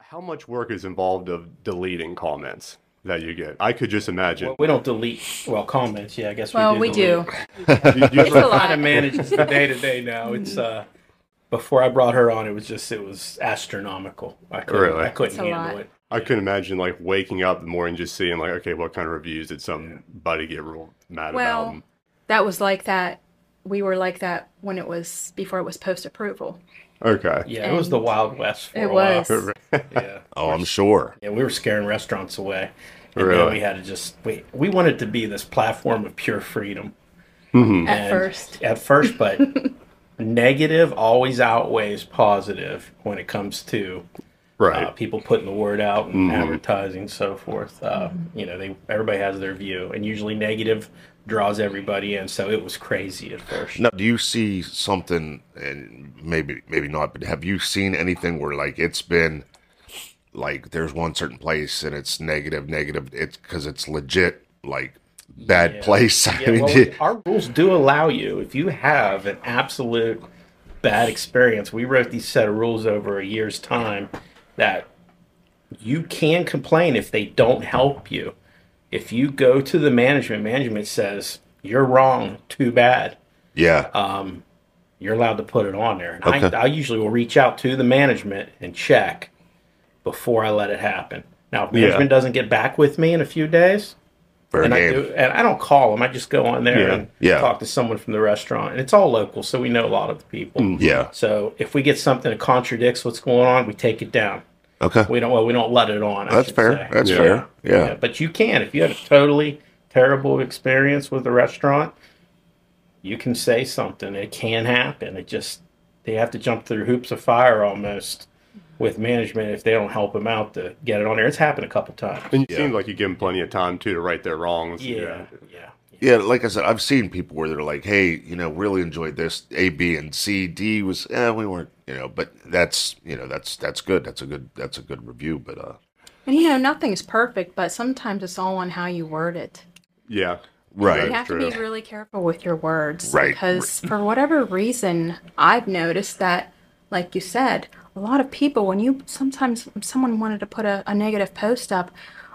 How much work is involved of deleting comments that you get? I could just imagine. Well, we don't delete well comments. Yeah, I guess Well, we do. we delete. do. You- you- It's a lot. Kind of manages the day to day now. It's uh, before I brought her on, it was just it was astronomical. I couldn't, Really? I couldn't It's a handle lot. it. I could imagine like waking up in the morning just seeing like, okay, what kind of reviews did somebody get real mad Well, about? And That was like that. We were like that when it was before it was post approval. Okay. Yeah, it was the Wild West. For It a while. was. Yeah. Oh, I'm sure. Yeah, we were scaring restaurants away. And then Really? we had to just we we wanted to be this platform of pure freedom At And- first, at first, but negative always outweighs positive when it comes to Right. uh, people putting the word out and advertising and so forth. Uh, You know, they everybody has their view, and usually negative draws everybody in. So it was crazy at first. Now, do you see something, and maybe maybe not, but have you seen anything where like it's been like there's one certain place and it's negative, negative? It's because it's legit like bad place. I Yeah, mean, well, do- our rules do allow you if you have an absolute bad experience. We wrote these set of rules over a year's time that you can complain if they don't help you. If you go to the management, management says you're wrong, too bad. yeah, Uh, You're allowed to put it on there. And Okay. I, I usually will reach out to the management and check before I let it happen. Now, if management doesn't get back with me in a few days, fair and I game. do, and I don't call them. I just go on there Yeah. and Yeah. talk to someone from the restaurant, and it's all local, so we know a lot of the people. Yeah. So if we get something that contradicts what's going on, we take it down. Okay. We don't. Well, we don't let it on. I That's should fair. say. That's Yeah. fair. Yeah. But you can if you had a totally terrible experience with a restaurant, you can say something. It can happen. It just they have to jump through hoops of fire almost with management if they don't help them out to get it on there. It's happened a couple times. And you seem like you give them plenty of time too to right their wrongs. Yeah. Yeah. Yeah, like I said, I've seen people where they're like, "Hey, you know, really enjoyed this A, B, and C. D was, eh, we weren't, you know." But that's, you know, that's that's good. That's a good that's a good review. But uh, and you know, nothing's perfect, but sometimes it's all on how you word it. Yeah. right, You have true. to be really careful with your words Right. because for whatever reason, I've noticed that, like you said, a lot of people when you sometimes when someone wanted to put a, a negative post up,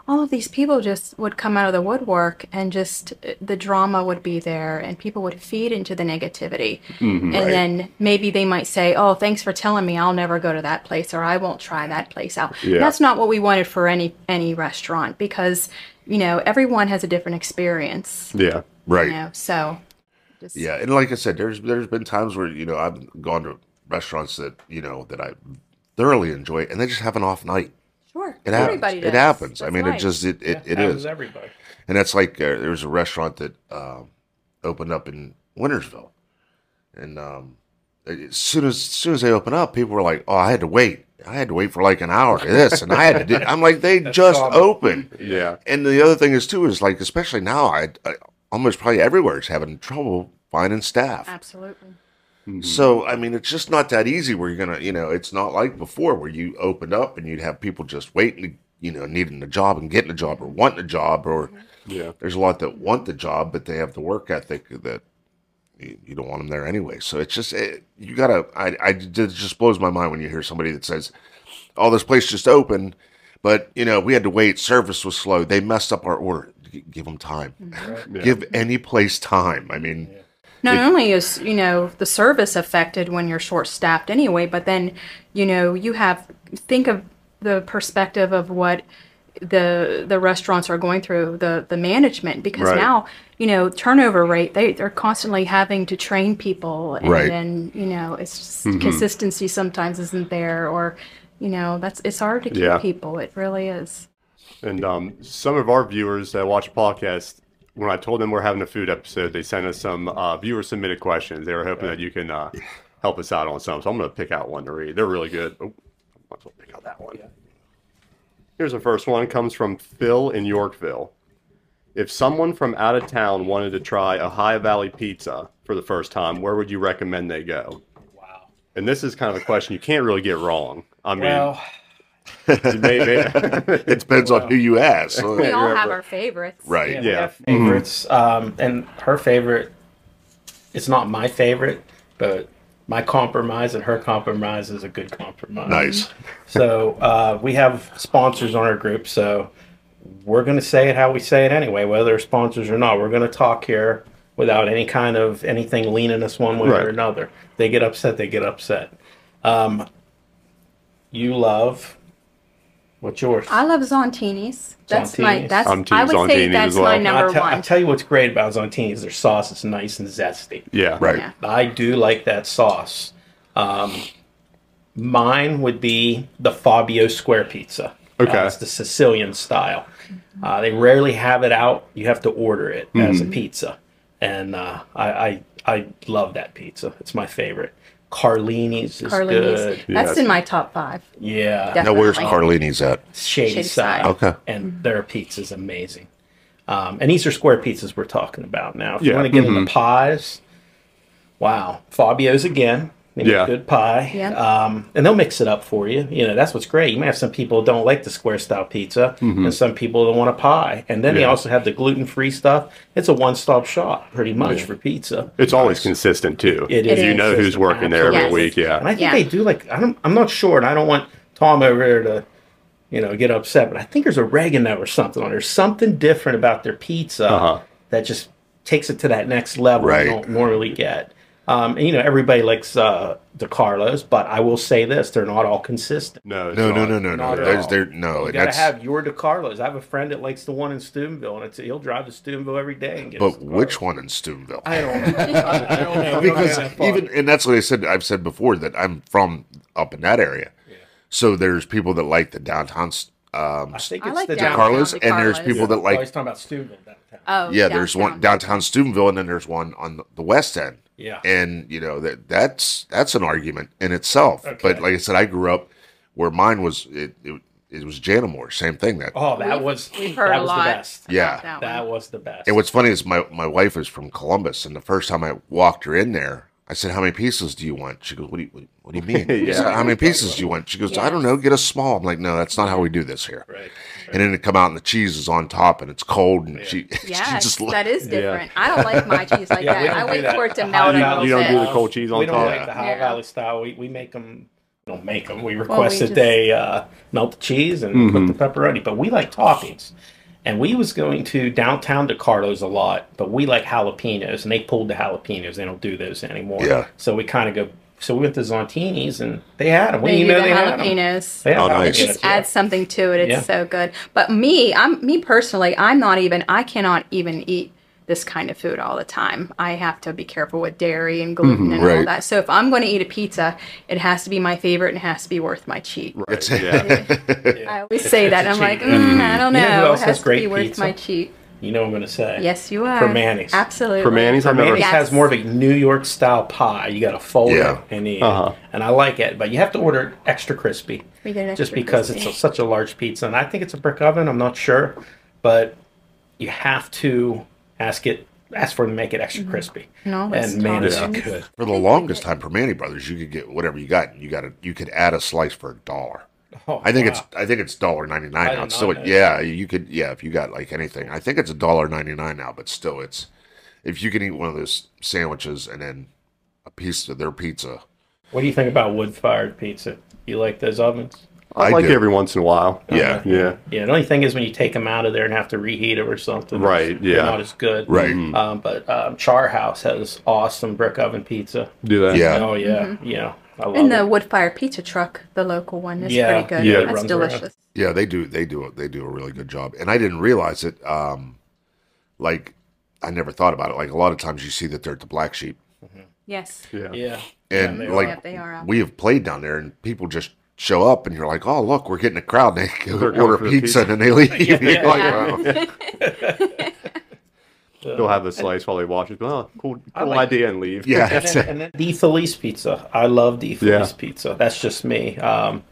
all of these people just would come out of the woodwork and just uh, the drama would be there and people would feed into the negativity. and then maybe they might say, "Oh, thanks for telling me. I'll never go to that place or I won't try that place out." Yeah. That's not what we wanted for any any restaurant because you know, everyone has a different experience Yeah. right. you know so just Yeah, and like I said, there's there's been times where you know I've gone to restaurants that you know that I thoroughly enjoy, and they just have an off night. sure It happens. everybody does It happens. I That's mean, it life. just it it, it That is, was everybody. and that's like uh, there was a restaurant that um opened up in Wintersville, and um, as soon as, as soon as they opened up, people were like, "Oh, I had to wait. I had to wait for like an hour for this, and I had to do." I'm like, "They just common. opened." Yeah. And the other thing is too is like, especially now, I, I almost probably everywhere is having trouble finding staff. absolutely So I mean, it's just not that easy. Where you're gonna, you know, it's not like before where you opened up and you'd have people just waiting, to, you know, needing a job and getting a job or wanting a job. Or Yeah. there's a lot that want the job, but they have the work ethic that you, you don't want them there anyway. So it's just it, you gotta. I, I it just blows my mind when you hear somebody that says, "Oh, this place just opened." But you know, we had to wait. Service was slow. They messed up our order. G- Give them time. Give any place time. I mean, not only is you know the service affected when you're short staffed anyway but then you know you have think of the perspective of what the the restaurants are going through the the management because Right. now you know turnover rate they they're constantly having to train people and Right. Mm-hmm. then you know it's just consistency sometimes isn't there or you know that's it's hard to keep Yeah. people it really is And um, some of our viewers that watch the podcast, when I told them we're having a food episode, they sent us some uh, viewer submitted questions. They were hoping that you can uh, help us out on some. So I'm going to pick out one to read. They're really good. Oh, I might as well pick out that one. Here's the first one. Comes from Phil in Yorkville. If someone from out of town wanted to try Ohio Valley pizza for the first time, where would you recommend they go? Wow. And this is kind of a question you can't really get wrong. I mean, Well, you may- may- it depends on who you ask. So, We all you're have right. our favorites. right. yeah, Yeah. we have favorites. Um, and her favorite, it's not my favorite, but my compromise and her compromise is a good compromise. Nice. Mm-hmm. So uh, we have sponsors on our group, so we're going to say it how we say it anyway, whether they're sponsors or not. We're going to talk here without any kind of anything leaning us one way Right. or another. They get upset, they get upset. Um, you love what's yours? I love Zontinis. That's my Zontinis. that's I'm I team would say Zontini that's as well. my I'll number I'll te- I'll one. tell you what's great about Zontini is their sauce is nice and zesty. yeah. Right. Yeah. I do like that sauce. Um, mine would be the Fabio square pizza. Okay. Uh, it's the Sicilian style. Uh, they rarely have it out. You have to order it as a pizza, and uh, I, I I love that pizza. It's my favorite. Carlini's is Carlini's. good. That's Yes. in my top five. Yeah, Definitely. Now, where's Carlini's at? shady, Shady side. Side. Okay. And their pizza's amazing. Um, and these are square pizzas we're talking about now. If you Yeah, Mm-hmm. want to get into pies, wow, Fabio's again. They make Yeah. good pie. Yeah. Um, and they'll mix it up for you. You know, that's what's great. You may have some people who don't like the square style pizza and some people that want a pie. And then Mm-hmm. they Yeah. also have the gluten free stuff. It's a one stop shop pretty much for pizza. It's always consistent too. It is You know who's consistent, working there every absolutely. week. Yeah. And I think Yeah. they do like I don't, I'm not sure, and I don't want Tom over there to, you know, get upset. But I think there's oregano or something on. There's something different about their pizza Uh-huh. that just takes it to that next level Right. you don't normally get. Um, and you know, everybody likes uh, the Carlos, but I will say this: they're not all consistent. no, it's No, no, not. no, no, no. Not at There's all. there no. You and gotta that's- have your DeCarlos. I have a friend that likes the one in Steubenville, and it's, he'll drive to Steubenville every day and get. his but DeCarlo. which one in Steubenville? I don't. I don't know. We don't have because that far. even and that's what I said. I've said before that I'm from up in that area, so there's people that like the downtown um, I think I it's like the downtown. Carlos. Carlos, and there's Carlos. people that oh, like he's talking about Steubenville downtown. Oh yeah. There's one downtown. downtown Steubenville, and then there's one on the- the west end. Yeah. and you know that that's that's an argument in itself. But Okay. like I said, I grew up where mine was. It it, it was Janamore, same thing. That Oh, that We've- was we've heard that a was lot. the best. yeah. That That one. was the best. And what's funny is my, my wife is from Columbus, and the first time I walked her in there, I said, "How many pieces do you want?" She goes, "What do you What do you mean? I said, How many pieces do you want?" She goes, "I don't know. Get a small." I'm like, "No, that's not how we do this here." right. And then it come out, and the cheese is on top, and it's cold, and she, she Yes, just that is different. I don't like my cheese like Yeah, we that. don't I do wait that. for it to The melt hot a dog- little You don't do the bit. cold cheese on We don't top. like the High Yeah. Valley style. We, we make them. We don't make them. We request we that just- they uh, melt the cheese and put the pepperoni. But we like toppings. And we was going to downtown to Carlos a lot, but we like jalapenos, and they pulled the jalapenos. They don't do those anymore. Yeah. So we kind of go. So we went to Zontini's, and they had them. We They didn't do the know they had 'em. jalapenos. They had Oh, nice. jalapenos, just yeah. adds something to it. It's Yeah. so good. But me, I'm me personally, I'm not even I cannot even eat this kind of food all the time. I have to be careful with dairy and gluten Mm-hmm, and all right. that. So if I'm going to eat a pizza, it has to be my favorite and it has to be worth my cheat. Right, yeah. I always say that. I'm cheat. like, mm, I don't know. You know who else has it has to be great worth pizza? my cheat. You know what I'm going to say. Yes, you are. Permanis. Absolutely. Permanis, I've never. It Yes. has more of a New York style pie. You got to fold Yeah. it and eat Uh-huh. it. And I like it, but you have to order it extra crispy. We get it just extra because crispy. it's a, such a large pizza. And I think it's a brick oven. I'm not sure. But you have to ask it, ask for it to make it Mm-hmm. extra crispy. No, it's and man, not. is it Yeah. good. for the longest time for Manny Brothers. You could get whatever you got, and you got to you could add a slice for a dollar. Oh, I think wow. it's I think it's dollar ninety nine I now. did So not it, know yeah, you could yeah if you got like anything. I think it's a dollar ninety nine now, but still it's if you can eat one of those sandwiches and then a piece of their pizza. What do you think about wood fired pizza? You like those ovens? I I like do. it every once in a while. Yeah. Yeah. Yeah, the only thing is when you take them out of there and have to reheat them or something. Right, they're yeah. Not as good. Right. Um, but um, Char House has awesome brick oven pizza. Do that. Yeah. Oh yeah, yeah. I love Mm-hmm. And it. the wood fire pizza truck, the local one, is Yeah. pretty good. Yeah, it That's runs around. delicious. Yeah, they do they do they do a really good job. And I didn't realize it um like I never thought about it. Like a lot of times you see that they're at the black sheep. Yes. Yeah. yeah. And Yeah, they like Yep, they are out we have played down there and people just show up and you're like, "Oh, look, we're getting a crowd." And they go They're going order for the pizza, pizza. and then they leave. You're like, Yeah. "Wow." They'll have a slice while they watch it. Oh, cool, I cool like- idea, and leave. Yeah, And that's then, it. and then the Felice pizza. I love the Felice Yeah. pizza. That's just me. Um,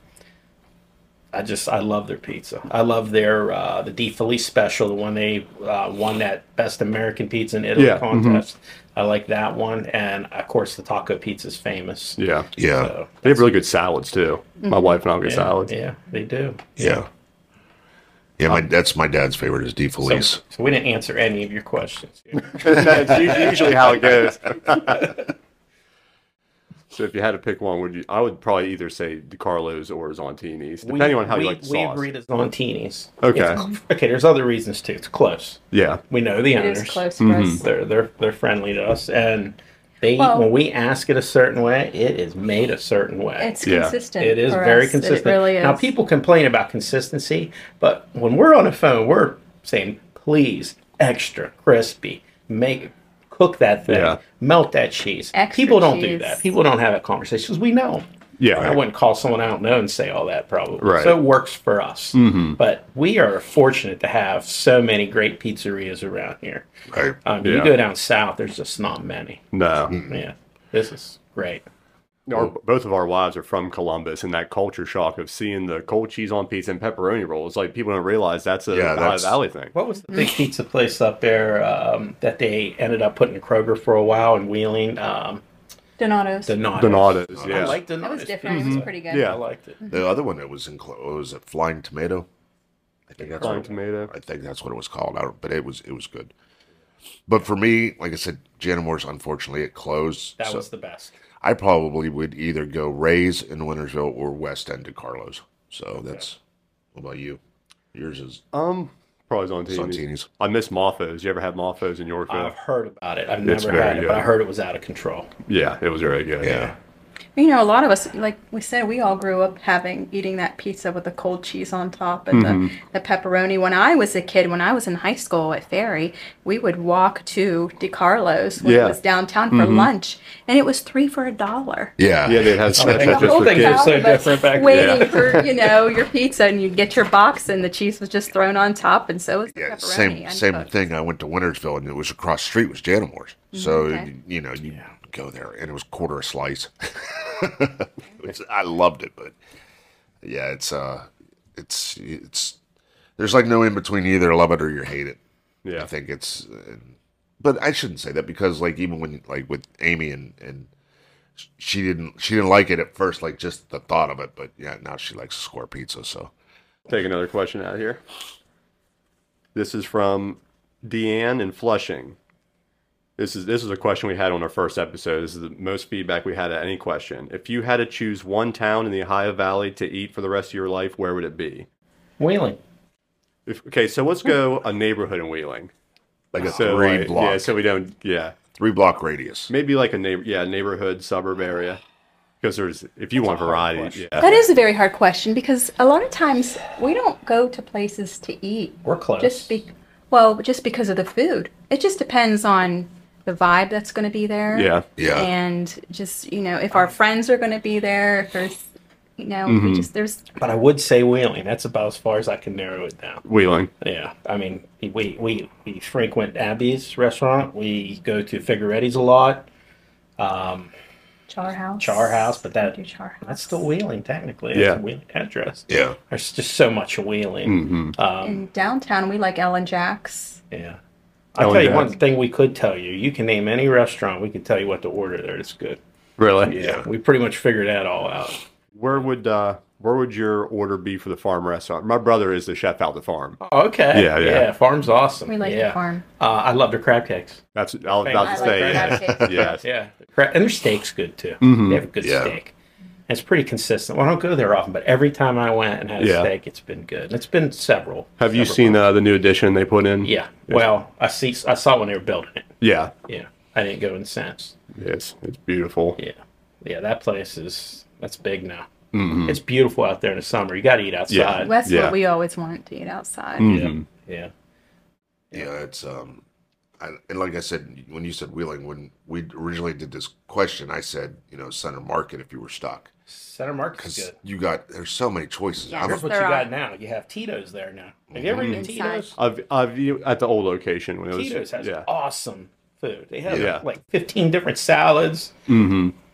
I just I love their pizza. I love their uh, the Di Felice special, the one they uh, won that Best American Pizza in Italy Yeah, mhm. contest. I like that one, and of course the taco pizza is famous. Yeah. Yeah. So, They have really good salads too. My wife and I will get yeah, salads. yeah, they do. Yeah. Yeah, my that's my dad's favorite is D So, Felice. so we didn't answer any of your questions. That's u- usually how it goes. so if you had to pick one, would you? I would probably either say Carlos or Zontini's, depending on how we, you like the we sauce. agree to Zontini's. Okay. It's- okay. There's other reasons too. It's close. Yeah, We know the It owners. is close for Mhm. us. They're they're they're friendly to us, and they Well- when we ask it a certain way, it is made a certain way. It's Yeah. consistent. it is for very us. consistent. It really is. Now people complain about consistency, but when we're on the phone, we're saying, "Please, extra crispy, make cook that thing, Yeah. melt that cheese." Extra people don't do cheese. that. People don't have that conversation 'cause we know. yeah. I wouldn't call someone I don't know and say all that probably. Right. Mm-hmm. So it works for us. But we are fortunate to have so many great pizzerias around here. Right. Um, You Yeah. Mm-hmm. go down south, there's just not many. No, Yeah, this is great. our, both of our wives are from Columbus, and that culture shock of seeing the cold cheese on pizza and pepperoni rolls, like people don't realize that's a Yeah, High that's- Valley thing. What was the big pizza place up there um, that they ended up putting in Kroger for a while and Wheeling? Um, Donatos. Donatos. Donados, I yeah, liked Donatos. That was different. It was pretty good. I Mm-hmm. yeah, liked it. The other one that was in clo- was it Flying Tomato? I think that's Flying what, tomato. I think that's what it was called. I don't, but it was it was good. But for me, like I said, Janimore's unfortunately it closed. That so was the best. I probably would either go Rays in Wintersville or West End to Carlos. So that's what about you? Yours is Um, probably Zontini's. Santini's. I miss Moffos. You ever had Moffos in Yorkville? I've heard about it. I've It's never very had it, but I good. heard it was out of control. yeah, it was really good. Yeah. You know, a lot of us, like we said, we all grew up having eating that pizza with the cold cheese on top and Mm-hmm. the, the pepperoni. When I was a kid, when I was in high school at Ferry, we would walk to DiCarlo's when Yeah. Mm-hmm. it was downtown for lunch, and it was three for a dollar. Yeah. yeah, they had mean, snacks the whole for thing's kids. so different back then. waiting for you know your pizza, and you'd get your box, and the cheese was just thrown on top, and so was the Yeah, pepperoni. same same uncooked. thing. I went to Wintersville and it was across the street was Janimore's. So Mm-hmm, okay. you- you know you go there and it was quarter a slice. Which I loved it, but yeah, it's uh, it's it's there's like no in between. You either love it or you hate it. I Yeah, think it's, uh, but I shouldn't say that because like even when like with Amy and and she didn't she didn't like it at first, like just the thought of it. But yeah, now she likes square pizza. So take another question out here. This is from Deanne in Flushing. This is this is a question we had on our first episode. This is the most feedback we had at any question. If you had to choose one town in the Ohio Valley to eat for the rest of your life, where would it be? Wheeling. If, okay, so let's go a neighborhood in Wheeling. like a So three like, block Yeah, so we don't. Yeah, three block radius. maybe like a neighbor. Yeah, neighborhood suburb area. Because there's if you want variety. Yeah. That is a very hard question because a lot of times we don't go to places to eat. We're close. just be well just because of the food it just depends on the vibe that's going to be there Yeah. Yeah. and just you know if our friends are going to be there if there's you know Mm-hmm. we just there's but I would say Wheeling. That's about as far as I can narrow it down. Wheeling. Yeah, I mean, we we we frequent Abby's restaurant. We go to Figueretti's a lot. Um, char house Char House, but that- We do char house that's still Wheeling technically. That's Yeah. a Wheeling address. Yeah. There's just so much of Wheeling. hmm Um, in downtown we like ellen jack's yeah, I'll Ellen tell you Jack. one thing we could tell you. You can name any restaurant. We can tell you what to order there. It's good. Really? Yeah. we pretty much figured that all out. Where would uh where would your order be for the farm restaurant? My brother is the chef out the farm. Oh, okay. Yeah, yeah. Farm's awesome. we like yeah. the farm Uh, I love their crab cakes. That's I was about I to Thank like say. crab yeah. cakes. Yes. Yeah, Cra- and their steak's good too. Mhm. They have a good Yeah. steak. And it's pretty consistent. Well, I don't go there often, but every time I went and had a Yeah. steak, it's been good. And it's been several. Have you several seen times. uh, the new addition they put in? Yeah. Well, I see. I saw when they were building it. Yeah. Yeah, I didn't go in since. Yes. It's beautiful. Yeah, yeah. That place is that's big now. It's beautiful out there in the summer. You got to eat outside. that's Mm-hmm. Yeah. what we always wanted to eat outside Mhm. Yeah. Yeah, it's um, I, and like I said, when you said Wheeling, when we originally did this question, I said, you know, Center Market if you were stuck, Center Market's because good. you got there's so many choices. Yeah, I'm Here's a, what you There are- got now. You have Tito's there now. Have you ever Mm-hmm. eaten Inside. Tito's? I've I've you at the old location when it was Tito's has yeah. awesome food. They have Yeah. like 15 different Mm-hmm. salads.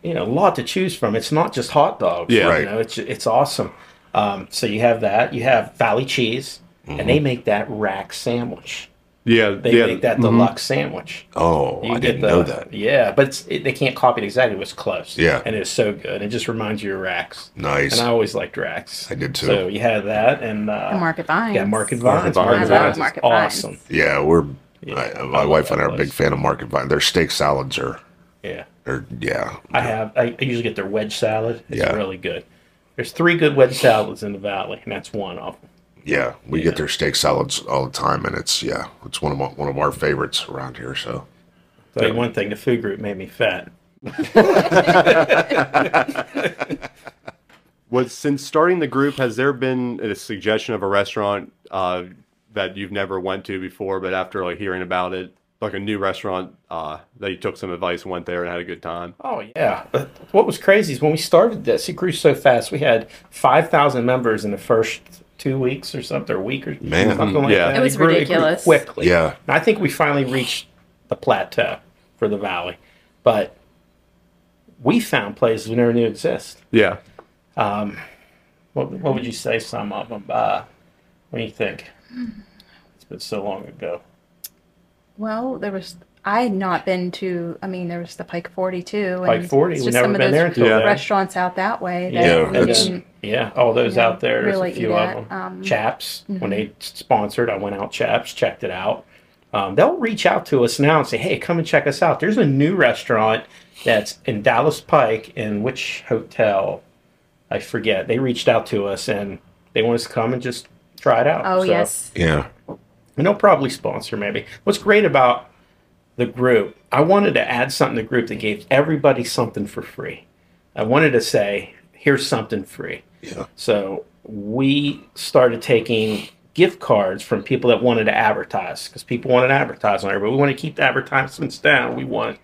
You know, a lot to choose from. It's not just hot dogs. Yeah. You know, it's it's awesome. Um, so you have that. You have Valley Cheese, and Mm-hmm. they make that rack sandwich. Yeah, They yeah, Mm-hmm. make that deluxe sandwich. Mm-hmm. Oh, You get I didn't the- know that. Yeah, but it's, it, they can't copy it exactly. It was close. Yeah. and it's so good. It just reminds you of Rax. Nice. And I always liked Rax. I did too. So you had that, and uh, The Market Vines. Yeah, Market Market Vines. Vines. Market I love Vines is Market Vines. awesome. Yeah, we're Yeah, I- I my love wife that and I are a place. big fan of Market Vine. Their steak salads are, Yeah, are yeah, I have. I, I usually get their wedge salad. It's Yeah. really good. There's three good wedge salads in the valley, and that's one of them. yeah. We get their steak salads all the time, and it's yeah, it's one of my, one of our favorites around here. So Tell you one thing, the food group made me fat. Was since starting the group, has there been a suggestion of a restaurant uh, that you've never went to before, but after like hearing about it, like a new restaurant uh, that you took some advice, went there, and had a good time? Oh yeah. But What was crazy is when we started this, it grew so fast. We had five thousand members in the first two weeks or something, or week or Man, Mm-hmm. something like yeah. that. It was grew- grew ridiculous. quickly. Yeah. And I think we finally reached the plateau for the valley, but we found places we never knew exist. Yeah, What, what would you say some of them? Uh, what do you think? It's been so long ago. Well, there was. I had not been to. I mean, there was the Pike Forty too. And Pike 40, it's we've just never some of been those there until Yeah. then. Restaurants out that way. That Yeah, we that's- didn't- Yeah, all those know, out there. There's really a few eat of at, them. um, mm-hmm. Chaps, when they sponsored, I went out Chaps, checked it out. Um, they'll reach out to us now and say, "Hey, come and check us out." There's a new restaurant that's in Dallas Pike in which hotel? I forget. They reached out to us and they want us to come and just try it out. oh So- yes, yeah, and they'll probably sponsor maybe. What's great about the group, I wanted to add something to the group that gave everybody something for free. I wanted to say, here's something free. Yeah. So we started taking gift cards from people that wanted to advertise because people wanted to advertise on there, but we want to keep the advertisements down. We want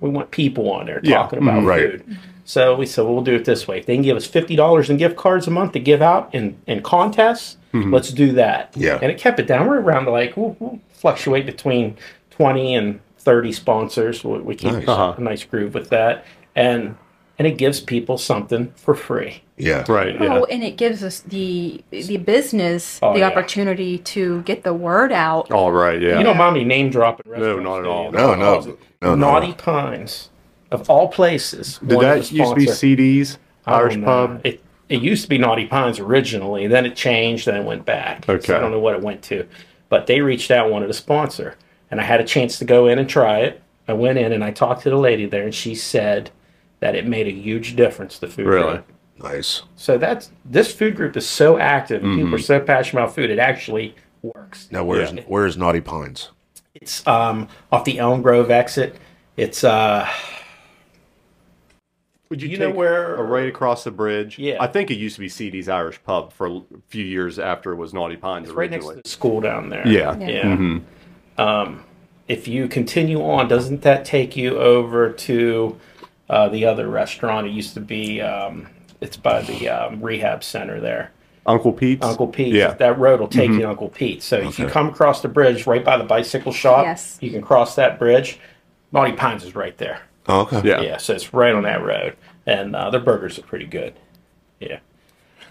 we want people on there Yeah, talking about mhm, right. food. So we said, well, we'll do it this way. If they can give us fifty dollars in gift cards a month to give out in, in contests, let's do that. Mm-hmm. Yeah. And it kept it down. We're around like we'll, we'll fluctuate between twenty and thirty sponsors. We, we keep Nice. Uh-huh. a nice groove with that, and and it gives people something for free. yeah, right. Yeah, Oh, and it gives us the the business Oh, the yeah. Oh, opportunity to get the word out. all right. Yeah, You don't mind me name dropping restaurants? not at do you? all. No, no, no, no. Naughty Pines, of all places. did wanted that used to be sponsor- CDs, I Irish don't know. pub? It, it used to be Naughty Pines originally, then it changed, then it went back. So Okay. I don't know what it went to. But they reached out, wanted a sponsor. And I had a chance to go in and try it. I went in and I talked to the lady there, and she said that it made a huge difference, the food. Really? group. nice. So that's this food group is so active, and Mm-hmm. people are so passionate about food, it actually works. Now where's Yeah. where's Naughty Pines? It's um, off the Elm Grove exit. It's uh, Would you know where- uh, right across the bridge? Yeah. I think it used to be CD's Irish pub for a few years after it was Naughty Pines right next originally. to the school down there. Yeah. Mm-hmm. Yeah. Yeah. Um, if you continue on, doesn't that take you over to uh, the other restaurant? It used to be, um, it's by the um, rehab center there. Uncle Pete's. Uncle Pete's. Yeah. Mm-hmm. That road will take you to Uncle Pete's. So if you come across the bridge right by the bicycle shop, Yes. you can cross that bridge. Monty Pines is right there. Oh, okay. yeah. Yeah, so it's right on that road. And uh, their burgers are pretty good. Yeah.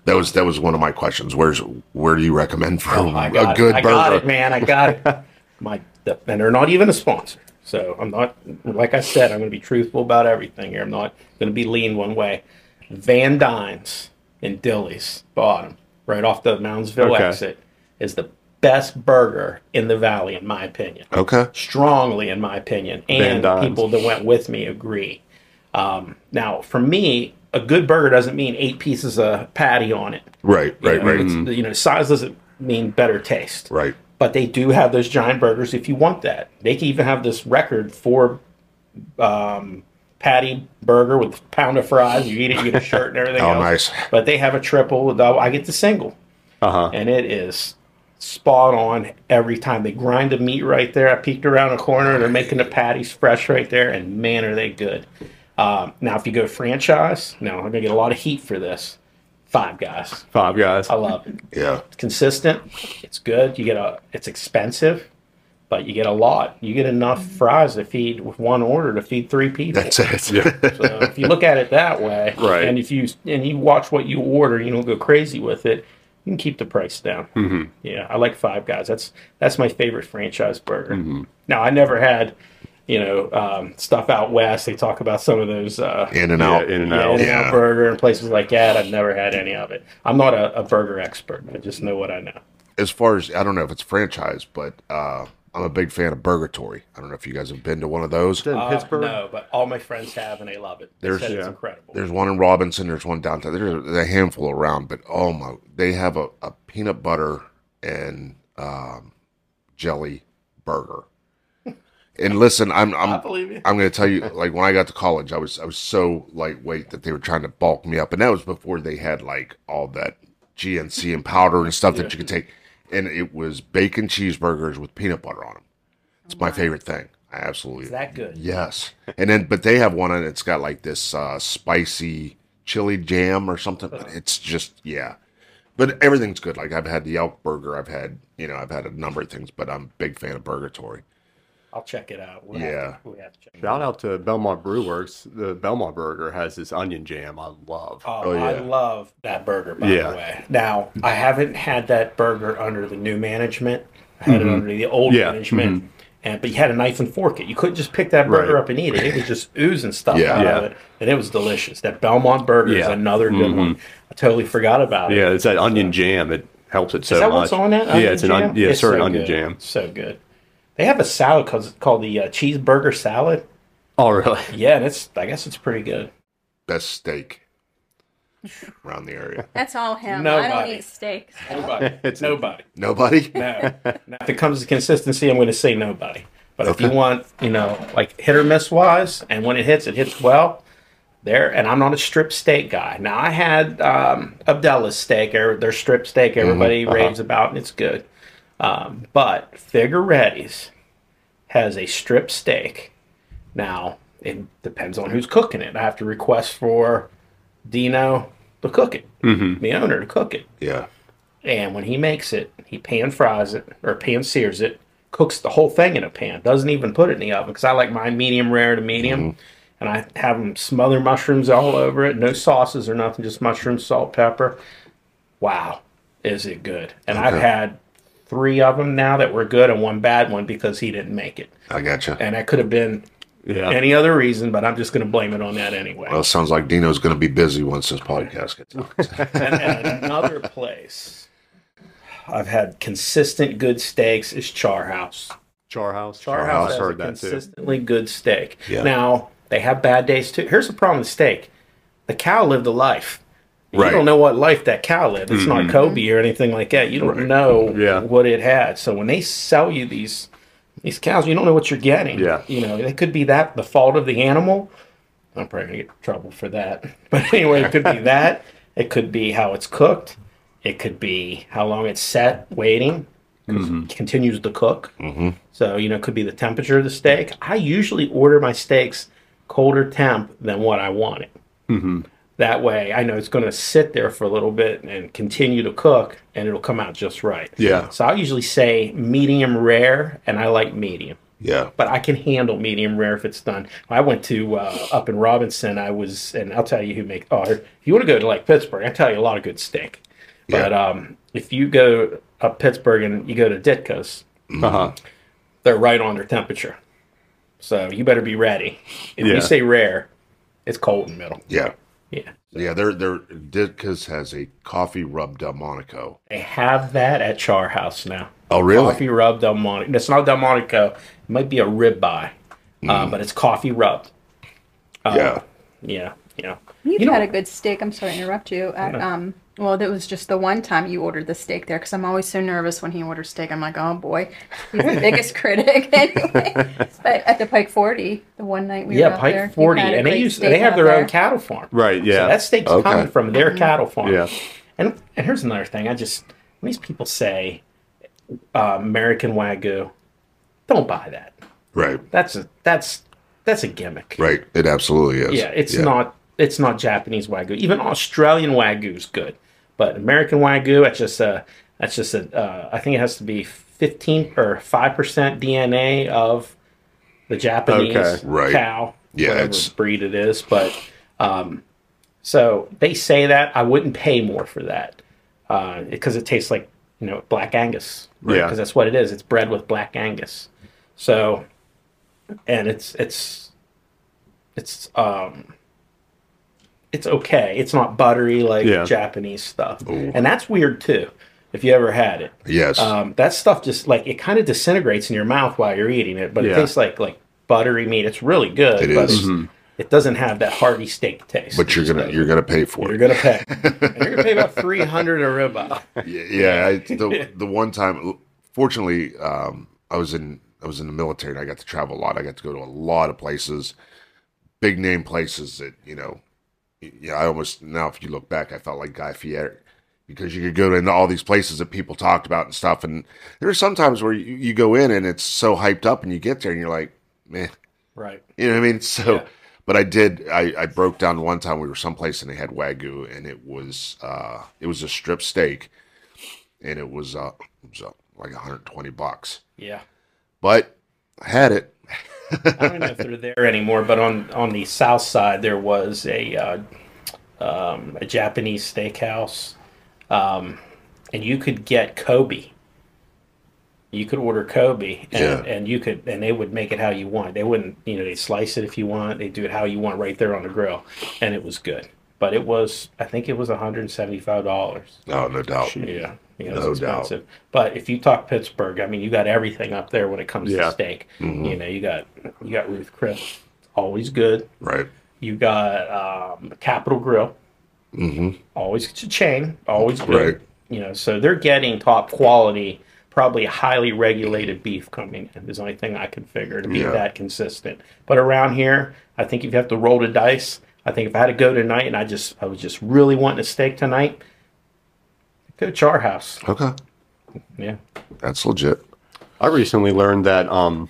That was that was one of my questions. Where's where do you recommend for I Oh a got good it. Oh I burger? got it, man. I got it. My the, and they're not even a sponsor. So I'm not like I said. I'm going to be truthful about everything here. I'm not going to be lean one way. Van Dyne's and Dilly's bottom, right off the Moundsville Okay. exit, is the best burger in the valley, in my opinion. Okay. Strongly, in my opinion, Van and Dyne's. people that went with me agree. Um, now, for me, a good burger doesn't mean eight pieces of patty on it. Right, You right, know, right. Mm-hmm. it's- You know, size doesn't mean better taste. Right. But they do have those giant burgers if you want that. They can even have this record for um, patty burger with a pound of fries. You eat it, you get a shirt and everything Oh, else. nice. But they have a triple. a double. I get the single. Uh-huh. And it is spot on every time. They grind the meat right there. I peeked around a corner. They're making the patties fresh right there. And man, are they good. Um, now, if you go franchise, now I'm going to get a lot of heat for this. Five Guys. Five guys. I love it Yeah. consistent. It's good. You get a. It's expensive, but you get a lot. You get enough fries to feed with one order to feed three people. That's it. So if you look at it that way, Right. and if you and you watch what you order, you don't go crazy with it. You can keep the price down. Mm-hmm. Yeah, I like Five Guys. That's that's my favorite franchise burger. Now I never had, you know, um, stuff out west. They talk about some of those uh, in and Yeah, out. in and yeah, out. In-N-Out Yeah. Burger and places like that. I've never had any of it. I'm not a, a burger expert. I just know what I know. as far as I don't know if it's franchise, but uh, I'm a big fan of Burgatory. I don't know if you guys have been to one of those. In Uh, Pittsburgh. No, but all my friends have and they love it. They There's- said it's yeah. incredible. There's one in Robinson. There's one downtown. There's a handful around, but oh my, they have a, a peanut butter and um, jelly burger. And listen, I'm I I'm believe you. I'm going to tell you, like when I got to college, I was I was so lightweight that they were trying to bulk me up, and that was before they had like all that GNC and powder and stuff that you could take. And it was bacon cheeseburgers with peanut butter on them. It's my favorite thing. I absolutely Is that good? yes. And then, but they have one, and it's got like this uh, spicy chili jam or something. But it's just yeah. But everything's good. Like I've had the elk burger. I've had you know I've had a number of things, but I'm a big fan of Burgatory. I'll check it out. We'll Yeah. Have to, we have to check it out. Shout out to Belmont Brew Works. The Belmont Burger has this onion jam I love. Oh, Oh, I yeah. love that burger, by Yeah. the way. Now, I haven't had that burger under the new management. I had it under the old Mm-hmm. Yeah, Mm-hmm. management. And, but you had a knife and fork it. You couldn't just pick that burger Right. up and eat it. It was just oozing stuff Yeah. out of Yeah. it. And it was delicious. That Belmont burger is Yeah. Mm-hmm. another good one. I totally forgot about it. Yeah, it's that onion jam. It helps it so Is that much. what's on that? yeah, onion it's an jam? on, yeah, It's certain so onion good. jam. So good. They have a salad called, called the uh, cheeseburger salad. Oh, really? Yeah, and it's I guess it's pretty good. Best steak around the area. That's all him. I Nobody. don't eat steaks. Nobody. It's- nobody. Nobody. No. Now, if it comes to consistency, I'm going to say nobody. But if you want, you know, like hit or miss wise, and when it hits, it hits well. There, and I'm not a strip steak guy. Now I had um, Abdella's steak, or their strip steak. Everybody raves about, and it's good. Um, but Figueretti's has a strip steak. Now it depends on who's cooking it. I have to request for Dino to cook it, the owner to cook it. Yeah. And when he makes it, he pan fries it or pan sears it, cooks the whole thing in a pan, doesn't even put it in the oven because I like mine medium rare to medium. And I have them smother mushrooms all over it, no sauces or nothing, just mushrooms, salt, pepper. Wow, is it good? And I've had three of them now that were good and one bad one because he didn't make it. I gotcha. And that could have been Yeah. any other reason, but I'm just going to blame it on that anyway. Well, it sounds like Dino's going to be busy once this podcast gets out. and another place I've had consistent good steaks is Char House. Char House. Char House House has heard a that too. consistently good steak. Yeah. Now they have bad days too. Here's the problem with steak: the cow lived a life. Right. You don't know what life that cow lived. It's not Kobe or anything like that. You don't know Mm-hmm. Yeah. what it had. So when they sell you these these cows, you don't know what you're getting. Yeah. You know, it could be that the fault of the animal. I'm probably gonna get in trouble for that. But anyway, it could be that. It could be how it's cooked. It could be how long it's set waiting. 'cause it Continues to cook. So, you know, it could be the temperature of the steak. I usually order my steaks colder temp than what I want it. That way, I know it's going to sit there for a little bit and continue to cook, and it'll come out just right. Yeah. So I usually say medium rare, and I like medium, yeah. but I can handle medium rare if it's done. I went to uh, up in Robinson. I was, and I'll tell you who make. Oh, if you want to go to like Pittsburgh, I tell you a lot of good steak. But um, if you go up Pittsburgh and you go to Ditko's, Uh-huh. they're right on their temperature. So you better be ready. If Yeah. you say rare, it's cold in the middle. Yeah. Yeah. Yeah. They're, they're, Ditka's has a coffee rub Delmonico. They have that at Char House now. Oh, really? Coffee rub Delmonico. It's not Delmonico. It might be a ribeye, uh, but it's coffee rubbed. yeah. Yeah, yeah. You've You know- had a good steak. I'm sorry to interrupt you. At, um, well, that was just the one time you ordered the steak there because I'm always so nervous when he orders steak. I'm like, oh boy, he's the biggest critic. anyway, but at the Pike 40, the one night we were Yeah, out there, Pike you Forty, had a and they great use steak they have out their there. Mm-hmm. own cattle farm. Right, So yeah. that steak's Okay. coming from their cattle farm. Yeah. And and here's another thing. I just when these people say uh, American Wagyu, don't buy that. Right. That's a that's that's a gimmick. Right. It absolutely is. Yeah, it's not it's not Japanese wagyu. Even Australian wagyu is good, but American wagyu, that's just a that's just a. Uh, I think it has to be fifteen or five percent DNA of the Japanese Okay, right. cow, Yeah, whatever it's- breed it is. But um, so they say that I wouldn't pay more for that because it tastes like you know Black Angus, right? Yeah. Because that's what it is. It's bred with Black Angus. So, and it's it's it's um it's okay. It's not buttery like Yeah. Japanese stuff, and that's weird too. If you ever had it, Yes. um, that stuff just like it kind of disintegrates in your mouth while you're eating it, but it Yeah. tastes like like buttery meat. It's really good. It but is. it's- It doesn't have that hearty steak taste. but you're gonna you're gonna pay for you're it. gonna pay. and you're gonna pay about three hundred a robot. Yeah, yeah. I, the the one time, fortunately, um, I was in I was in the military and I got to travel a lot. I got to go to a lot of places, big name places that you know. y- Yeah, I almost now if you look back, I felt like Guy Fieri because you could go into all these places that people talked about and stuff. And there are some times where you, you go in and it's so hyped up, and you get there and you're like, man, Right. you know what I mean? So, Yeah. but I did. I, I broke down one time. We were someplace and they had wagyu, and it was uh, it was a strip steak, and it was uh, it was uh, like 120 bucks. Yeah. But I had it. I don't know if they're there anymore, but on on the south side there was a uh, um, a Japanese steakhouse, um, and you could get Kobe. You could order Kobe, and, Yeah. and you could, and they would make it how you want. They wouldn't, you know, they slice it if you want. They do it how you want, right there on the grill, and it was good. But it was, I think it was one hundred and seventy-five dollars. Oh, No, no doubt. Yeah, you know, No it's doubt. expensive. But if you talk Pittsburgh, I mean, you got everything up there when it comes Yeah. to steak. Mm-hmm. You know, you got you got Ruth Chris, always good. Right. You got um, Capital Grill, Mm-hmm. always it's a chain, always good. Right. You know, so they're getting top quality, probably highly regulated beef coming in. Is the only thing I can figure to be Yeah. that consistent. But around here, I think if you have to roll the dice, I think if I had to go tonight and I just I was just really wanting a steak tonight, go to Char House. Okay. Yeah. That's legit. I recently learned that um,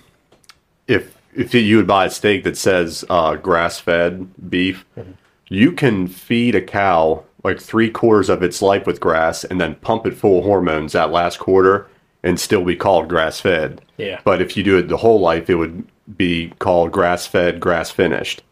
if if you would buy a steak that says uh, grass fed beef, you can feed a cow like three quarters of its life with grass and then pump it full of hormones that last quarter and still be called grass fed. Yeah. But if you do it the whole life, it would be called grass fed, grass finished.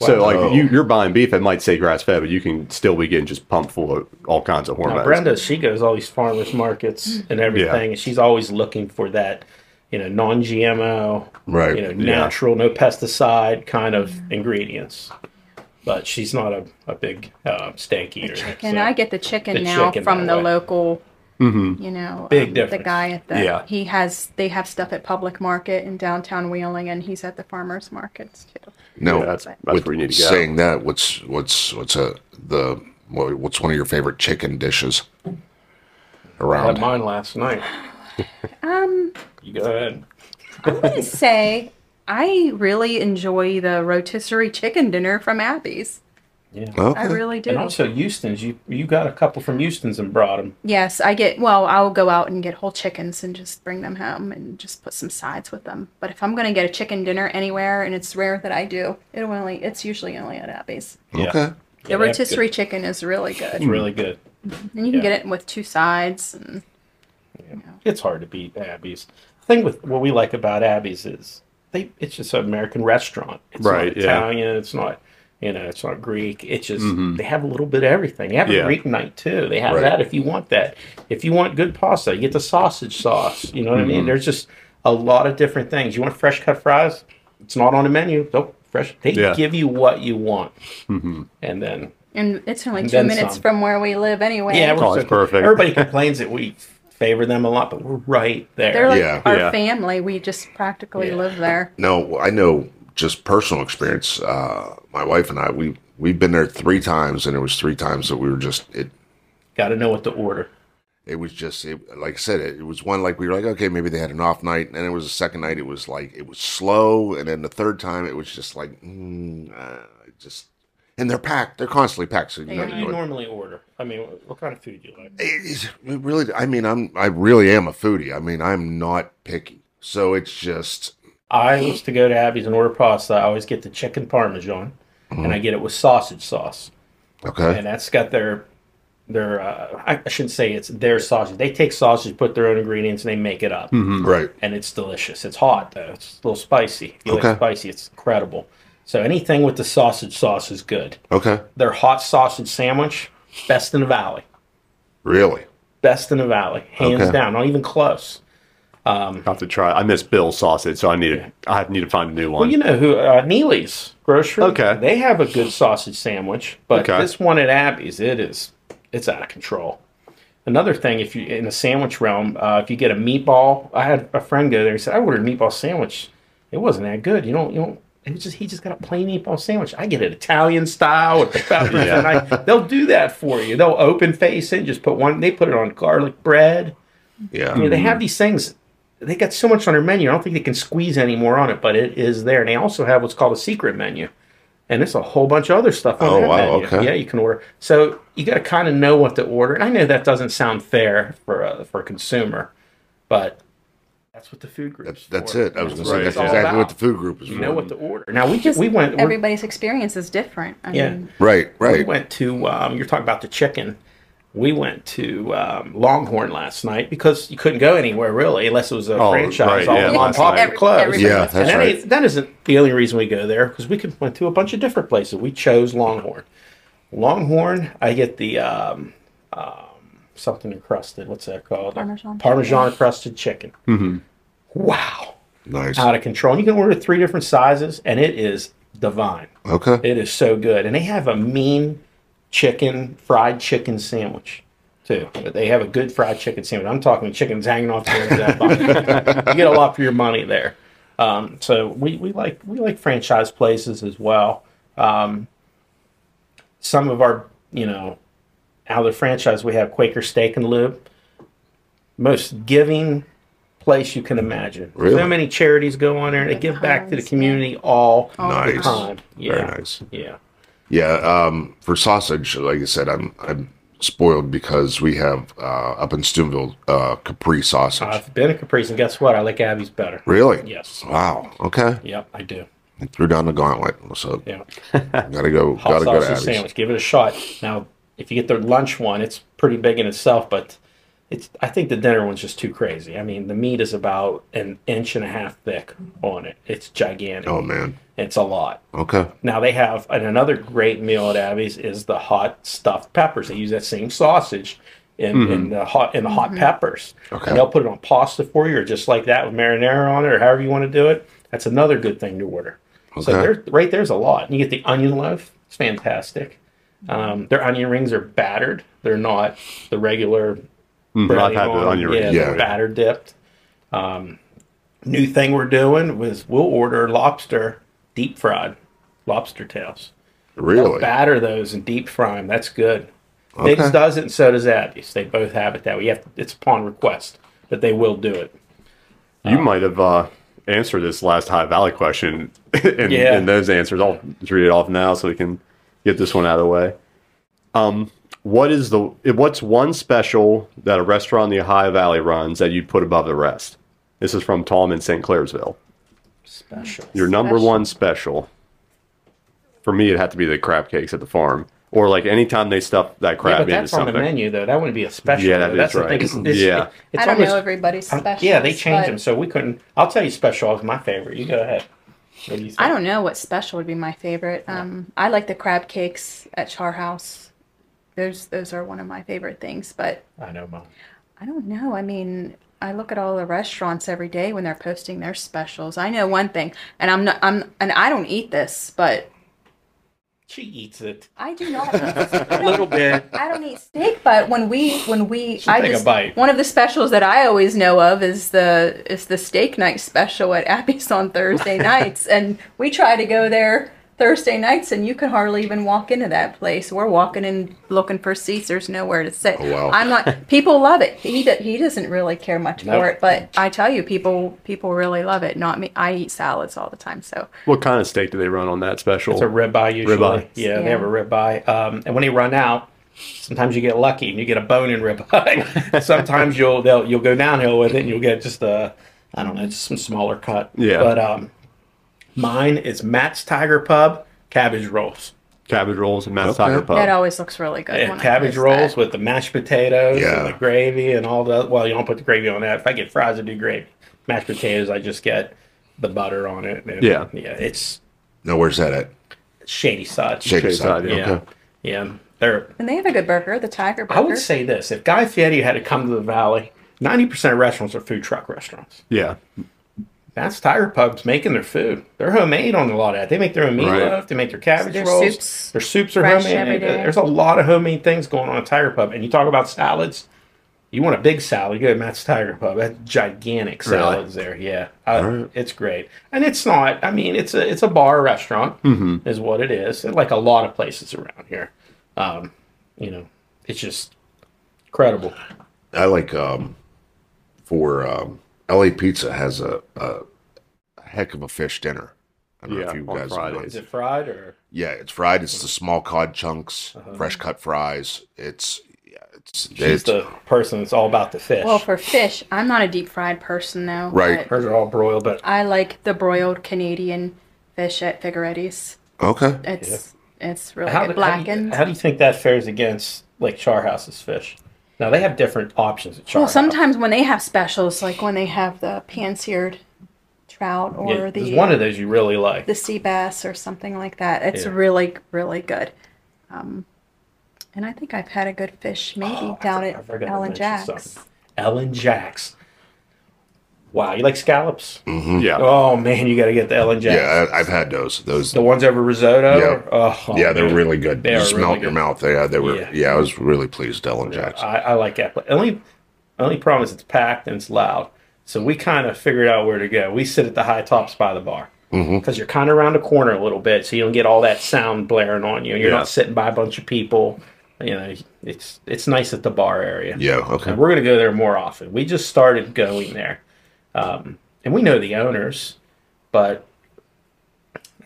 So Wow. like you, you're buying beef, it might say grass fed, but you can still be getting just pumped full of all kinds of hormones. Now, Brenda, she goes all these farmers markets Mm-hmm. and everything, and she's always looking for that, you know, non-GMO, Right. you know, natural, no pesticide kind of ingredients. But she's not a, a big uh, steak eater. And so- I get the chicken The now chicken from that the way. Mm-hmm. local. You know, um, Big the difference. guy at the Yeah. he has they have stuff at public market in downtown Wheeling, and he's at the farmers markets too. No. Yeah, that's, that's with where you need to go. saying that, what's what's what's a the what, what's one of your favorite chicken dishes I had around? mine last night. Um, You go ahead. I'm gonna say I really enjoy the rotisserie chicken dinner from Abby's. Yeah. I Okay. really do. And also Houston's. You you got a couple from Houston's and brought them. Yes, I get, well, I'll go out and get whole chickens and just bring them home and just put some sides with them. But if I'm going to get a chicken dinner anywhere, and it's rare that I do, it'll only, it's usually only at Abby's. Okay. Yeah, The that's good. rotisserie chicken is really good. It's really good. And you can yeah. get it with two sides. And it's hard to beat Abby's. The thing with what we like about Abby's is they it's just an American restaurant. It's Right, not yeah. Italian, it's not you know, it's not Greek. It's just they have a little bit of everything. They have Mm-hmm. Yeah. a Greek night too. They have Right. that if you want that. If you want good pasta, you get the sausage sauce. You know what Mm-hmm. I mean? There's just a lot of different things. You want fresh cut fries? It's not on the menu. Nope. Fresh they Yeah. Mm-hmm. give you what you want. And then and it's only And two then minutes some. from where we live anyway. yeah, Oh, we're it's perfect. Everybody complains that we favor them a lot, but we're right there. They're like Yeah. our Yeah. family. We just practically Yeah. live there. No, I know just personal experience. Uh, my wife and I, we we've been there three times, and it was three times that we were just it. Gotta know what to order. It was just it, like I said, it, it was one like we were like, okay, maybe they had an off night, and then it was the second night. It was like it was slow, and then the third time it was just like mm, uh, just, and they're packed. They're constantly packed. So you know, What do you you know, normally order? I mean, what, what kind of food do you like? it, it really. I mean, I'm I really am a foodie. I mean, I'm not picky. So it's just I used to go to Abby's and order pasta. I always get the Mm-hmm. chicken parmesan, and I get it with sausage sauce, okay. and that's got their their uh, I I shouldn't say it's their sausage. They take sausage, put their own ingredients, and they make it up. Right. And it's delicious. It's hot though. It's a little spicy. If you Okay. like spicy, it's incredible. So anything with the sausage sauce is good. Okay. Their hot sausage sandwich, best in the valley. Really. Best in the valley, hands Okay. down. Not even close. Have to try. I miss Bill's sausage, so I need to. I need to find a new one. Well, you know who uh, Neely's grocery. Okay. they have a good sausage sandwich, but Okay. this one at Abby's, it is it's out of control. Another thing, if you in the sandwich realm, uh, if you get a meatball, I had a friend go there. He said, "I ordered a meatball sandwich. It wasn't that good. You don't, you don't." It was just he just got a plain meatball sandwich. I get it Italian style with the peppers, Yeah. and I, they'll do that for you. They'll open face it, just put one. They put it on garlic bread. Yeah. I mean, they have these things. They got so much on their menu. I don't think they can squeeze any more on it, but it is there. And they also have what's called a secret menu, and it's a whole bunch of other stuff on Oh, that wow, menu. okay. Yeah, you can order. So you got to kind of know what to order. And I know that doesn't sound fair for a, for a consumer, but that's what the food group. That's, that's it. I was going to say Right, that's yeah. exactly what the food group is You for. know what to order. Now we Just we went we're- everybody's experience is different. I Yeah. mean, Right. We Right. went to, um, you're talking about the chicken. We went to um, Longhorn last night because you couldn't go anywhere really unless it was a Oh, franchise. right, all yeah, the mom last and pops night. were closed. Every- Yeah. And That's that, right. ain't- that isn't the only reason we go there because we could went to a bunch of different places. We chose Longhorn. Longhorn, I get the um, um, something encrusted. What's that called? Parmesan. Parmesan encrusted chicken. Mm-hmm. Wow, Nice. out of control. And you can order three different sizes, and it is divine. Okay. It is so good. And they have a mean chicken, fried chicken sandwich, too. But they have a good fried chicken sandwich. I'm talking chicken's hanging off the end of that bun. you get a lot for your money there. Um, so we, we like we like franchise places as well. Um, some of our, you know, out of the franchise, we have Quaker Steak and Lube. Most giving place you can imagine. Really? So many charities go on there and they give back to the Tons, yeah. community all Nice. time. Yeah. Very nice. Yeah. Yeah, um, for sausage, like I said, I'm I'm spoiled because we have uh, up in Steubenville uh, Capri sausage. I've been to Capri's, and guess what? I like Abby's better. really? Yes. Wow. Okay. Yep, I do. I threw down the gauntlet. So Yeah. gotta go. Hot Gotta go to sausage Abby's. sandwich. Give it a shot. Now, if you get the lunch one, it's pretty big in itself, but it's. I think the dinner one's just too crazy. I mean, the meat is about an inch and a half thick on it. It's gigantic. Oh man. It's a lot. Okay. Now they have and another great meal at Abby's is the hot stuffed peppers. They use that same sausage in, in the hot in the hot peppers. Mm-hmm. Okay. And they'll put it on pasta for you, or just like that with marinara on it, or however you want to do it. That's another good thing to order. So Okay. there, right there's a lot. And you get the onion loaf. It's fantastic. Um, their onion rings are battered. They're not the regular. Mm, brownie had the bun. onion rings. Yeah, they're Yeah. batter dipped. Um, new thing we're doing was we'll order lobster deep fried lobster tails. Really? Batter those and deep fry them. That's good. Diggs Okay. does it, and so does Abby's. They both have it that way. You have it's upon request, but they will do it. You might have uh, answered this last High Valley question in, Yeah. in those answers. I'll just read it off now so we can get this one out of the way. Um, what is the what's one special that a restaurant in the High Valley runs that you'd put above the rest? This is from Tom in St. Clairsville. Special. Your number Special. one special. For me, it'd have to be the crab cakes at the farm, or like anytime they stuff that Yeah, crab but into that's on the something. menu though. That wouldn't be a special. Yeah, though. that is that's the right. thing. It's- it's- Yeah. it's I don't almost- know everybody's Uh, special. Yeah, they changed but them, so we couldn't. I'll tell you, special is my favorite. You go ahead. What do you think? I don't know what special would be my favorite. Um, I like the crab cakes at Char House. Those those are one of my favorite things, but I know mom. I don't know. I mean, I look at all the restaurants every day when they're posting their specials. I know one thing, and I'm not I'm and I don't eat this, but She eats it I do not eat a little bit. I don't eat steak, but when we when we She'll I take a just bite. one of the specials that I always know of is the is the steak night special at Abby's on Thursday nights, and we try to go there Thursday nights, and you can hardly even walk into that place. We're walking and looking for seats. There's nowhere to sit. Oh, wow. I'm not. People love it. He do, he doesn't really care much Nope. for it, but I tell you, people people really love it. Not me. I eat salads all the time, so What kind of steak do they run on that special? It's a ribeye usually. Ribeye. Yeah, they Yeah. have a ribeye. Um, and when they run out, sometimes you get lucky and you get a bone in ribeye. sometimes you'll they'll, you'll go downhill with it and you'll get just a I don't know, just some smaller cut. Yeah. But um, mine is Matt's Tiger Pub cabbage rolls. cabbage rolls and Matt's Taco Okay. Pub. That always looks really good. Oh. Yeah, when I cabbage taste rolls that. with the mashed potatoes Yeah. and the gravy and all the. Well, you don't put the gravy on that. If I get fries, I do gravy. Mashed potatoes, I just get the butter on it. And Yeah. yeah, it's No, where's that at? shady side. Shady Shady Side. Side, yeah, Okay. yeah. They're And they have a good burger, the Tiger Burger. I would say this: if Guy Fieri had to come to the Valley, ninety percent of restaurants are food truck restaurants. Yeah. Hmm. That's Tiger Pub's making their food. They're homemade on a lot of that. They make their own meatloaf. Right. They make their cabbage Their rolls. soups, their soups are fresh homemade. every day. There's a lot of homemade things going on at Tiger Pub. And you talk about salads. You want a big salad? You go to Matt's Tiger Pub. That's gigantic Really? salads there. Yeah, I- it's great. And it's not. I mean, it's a it's a bar restaurant Mm-hmm. is what it is. Like a lot of places around here. Um, you know, it's just incredible. I like um for um LA Pizza has a, a heck of a fish dinner. I don't know Yeah, if you on guys Fridays. Is it fried or? Yeah, it's fried. It's the small cod chunks, fresh cut fries. It's yeah, it's, Uh-huh. She's it's the person that's all about the fish. Well, for fish, I'm not a deep fried person though. Right. but Hers are all broiled, but I like the broiled Canadian fish at Figueretti's. okay. It's it's really how, good. do- how do you, Blackened. how do you think that fares against like Charhouse's fish? Now they have different options at Charhouse. well, sometimes when they have specials, like when they have the pan seared trout Yeah, or there's the one of those you really like. the sea bass or something like that, it's Yeah. really really good. Um, and I think I've had a good fish maybe down Oh, I at forgot to Ellen mention Jack's. something. Ellen Jacks. Wow, you like scallops? Yeah. Oh man, you got to get the Ellen Jacks. Mm-hmm. Yeah, I, I've had those. Those The ones over risotto. Yeah. Oh, yeah, they're man. really good. They you are smell really it in your good. mouth. They yeah, they were Yeah. yeah. I was really pleased, Ellen Jackson. I, I like that. But only only problem is it's packed and it's loud. So we kind of figured out where to go. We sit at the high tops by the bar because you're kind of around the corner a little bit, so you don't get all that sound blaring on you. You're Yeah. not sitting by a bunch of people. You know, it's it's nice at the bar area. yeah, okay. And we're going to go there more often. We just started going there. Um, and we know the owners, but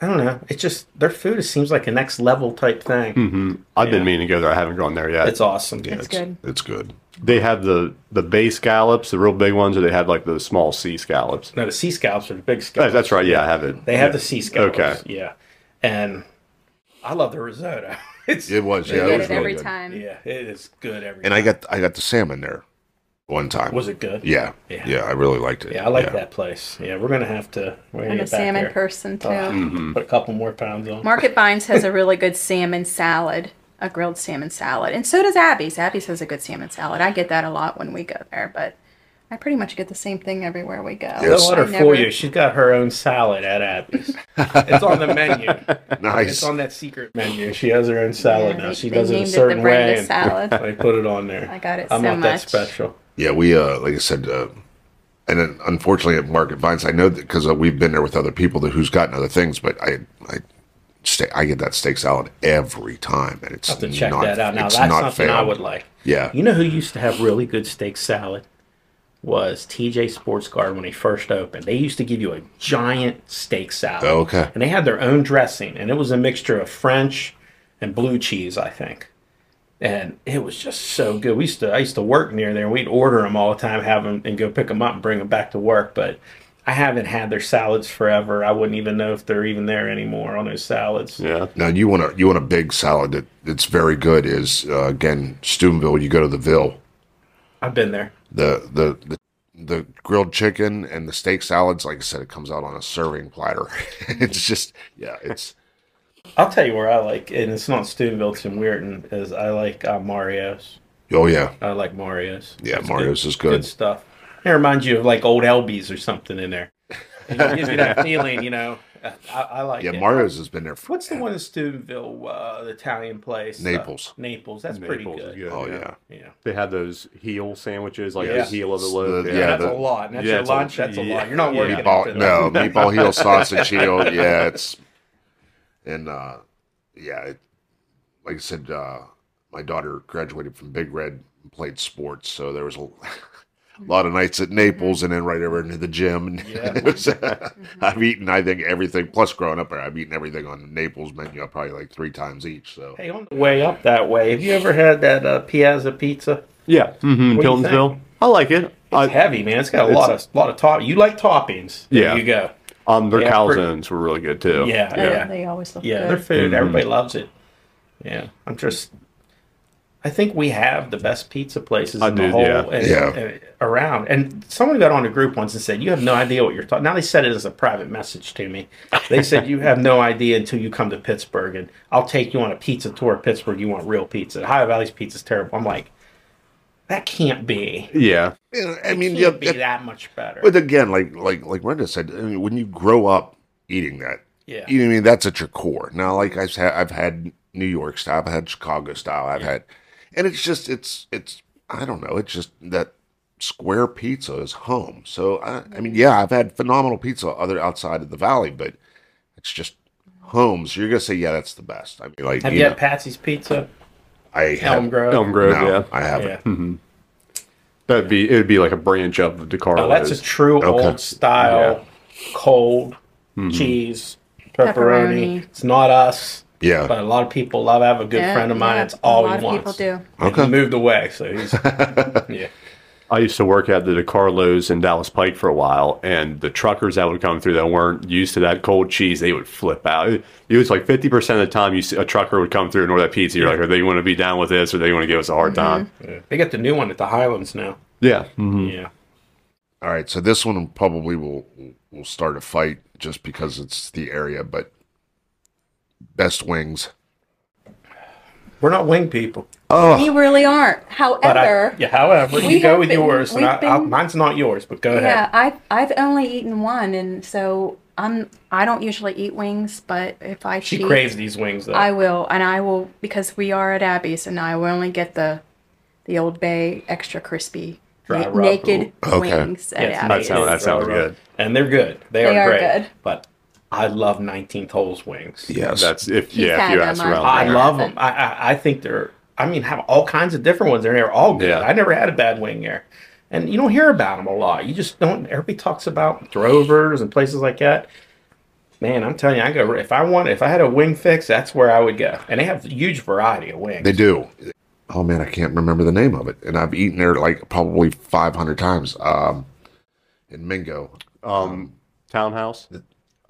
I don't know. It's just their food it seems like a next level type thing. I've Yeah. been meaning to go there. I haven't gone there yet. It's awesome. Yeah, It's good. It's good. they have the the bay scallops, the real big ones, or they have like the small sea scallops. No, the sea scallops are the big Oh, scallops. that's right. Yeah, I have it. They have Yeah. the sea scallops. Okay. Yeah. And I love the risotto. It's It was, You yeah. get was it really every good. time. yeah, it is good every And I got I got the salmon there one time. was it good? Yeah. Yeah. Yeah, I really liked it. Yeah, I like that place. Yeah, we're gonna have to we're gonna I'm a get back salmon there. Oh, mm. person too. Mm-hmm. Put a couple more pounds on. Market Vines has a really good salmon salad, a grilled salmon salad, and so does Abby's. Abby's has a good salmon salad. I get that a lot when we go there, but I pretty much get the same thing everywhere we go. Yes. Don't let her I fool never- you. She's got her own salad at Abby's. it's on the menu. It's Nice. on that secret menu. She has her own salad Yeah, now. they- She they does it a named it the certain way. Brenda and salad. They put it on there. I got it I'm so not that much. special. Yeah, we uh, like I said, uh, and then unfortunately at Market Vines, I know that because uh, we've been there with other people that who's gotten other things, but I, I, stay, I get that steak salad every time, and it's have to check not, that out. Now it's that's not something I failed. would like. Yeah. You know who used to have really good steak salad was TJ Sports Garden when they first opened. They used to give you a giant steak salad. Oh, okay. And they had their own dressing, and it was a mixture of French and blue cheese, I think. And it was just so good. We used to I used to work near there. We'd order them all the time, have them and go pick them up and bring them back to work. But I haven't had their salads forever. I wouldn't even know if they're even there anymore on those salads. Yeah. Now you want a you want a big salad that that's very good is uh, again Steubenville. You go to the Ville, I've been there. the the. the the grilled chicken and the steak salads, like I said, it comes out on a serving platter. it's just, yeah, it's I'll tell you where I like, and it's not Steubenville, it's in Weirton, is I like uh, Mario's. oh yeah, I like Mario's. yeah. It's Mario's is good, good. good stuff. It reminds you of like old Elby's or something in there. It gives you that feeling, you know. I, I like Yeah, it. Mario's has been there. For, What's the one in Steubenville, uh, the Italian place? Naples. Uh, Naples. That's Naples pretty is good. good, Oh yeah, Yeah. They have those heel sandwiches, like Yeah. the heel of the loaf. The- yeah. yeah, That's the- a lot. And that's Yeah, your it's a- lunch. That's a yeah. lot. You're not Yeah. working after meatball. No, that. meatball heel, sausage heel. Yeah, it's and uh, yeah, it, like I said, uh, my daughter graduated from Big Red and played sports, so there was a lot of nights at Naples and then right over into the gym. Yeah. It was, uh, I've eaten, I think, everything. Plus, growing up, there, I've eaten everything on the Naples menu probably like three times each. So Hey, on the way up that way, have you ever had that uh, Piazza pizza? Yeah. Mm-hmm. What do you think? Piltonville. I like it. It's I, heavy, man. It's got a lot of lot of top. You like toppings? There Yeah. you go. um, their Yeah, calzones pretty- were really good too. Yeah, Oh, yeah, yeah. They always look Their good. Mm-hmm. food, everybody loves it. Yeah, I'm just. I think we have the best pizza places I in do, the whole yeah. and, Yeah. and around. And someone got on a group once and said, "You have no idea what you're talking." Now they said it as a private message to me. They said, "You have no idea until you come to Pittsburgh, and I'll take you on a pizza tour of Pittsburgh. You want real pizza? Ohio Valley's pizza's terrible." I'm like, that can't be. Yeah. Yeah, I mean, Can't yeah, be yeah, that much better. but again, like like like Brenda said, I mean, when you grow up eating that, Yeah. you know what I mean that's at your core. Now, like I've had, I've had New York style, I've had Chicago style, I've had, and it's just it's it's I don't know, it's just that square pizza is home. So I, I Mm-hmm. mean, yeah, I've had phenomenal pizza other outside of the valley, but it's just home. So you're gonna say, yeah, that's the best. I mean, like have you you know, had Patsy's Pizza? I have, Elm Grove. Elm Grove, no, yeah. I haven't. Yeah. That'd be it'd be like a branch of the DeCarlo's. Now, Oh, that's a true Okay. old style cold cheese pepperoni. Pepperoni. It's not us, Yeah. but a lot of people love. it. I have a good Yeah, friend of mine. yeah, It's all a lot he of wants. People do. And Okay. He moved away, so he's yeah. I used to work at the DeCarlo's in Dallas Pike for a while, and the truckers that would come through that weren't used to that cold cheese, they would flip out. It, it was like 50% of the time you see a trucker would come through and order that pizza. You're like, are they want to be down with this or they want to give us a hard time? Yeah. They got the new one at the Highlands now. Yeah. Mhm. Yeah. All right, so this one probably will will start a fight just because it's the area, but best wings. We're not wing people. We really aren't. But However, I, yeah, however, We you go have with been- yours, and we've I, I'll, been- mine's not yours, but go yeah, ahead. I I've only eaten one, and so I'm I don't usually eat wings, but if I She cheat, craves these wings, though. I will, and I will because we are at Abby's, and I will only get the the Old Bay extra crispy Dry na- rub. naked Okay. wings at Yes, Abby's. That sound- that it's all sounds good. And they're good. They, They are, are great. good. But I love 19th holes wings. Yes. That's if, He's yeah, if had you them ask on around. I there. love them. I, I I think they're. I mean, have all kinds of different ones. and They're all good. Yeah. I never had a bad wing there, and you don't hear about them a lot. You just don't. Everybody talks about Drovers and places like that. Man, I'm telling you, I go if I want. If I had a wing fix, that's where I would go. And they have a huge variety of wings. They do. Oh man, I can't remember the name of it. And I've eaten there like probably 500 times. Um in Mingo. Um, townhouse?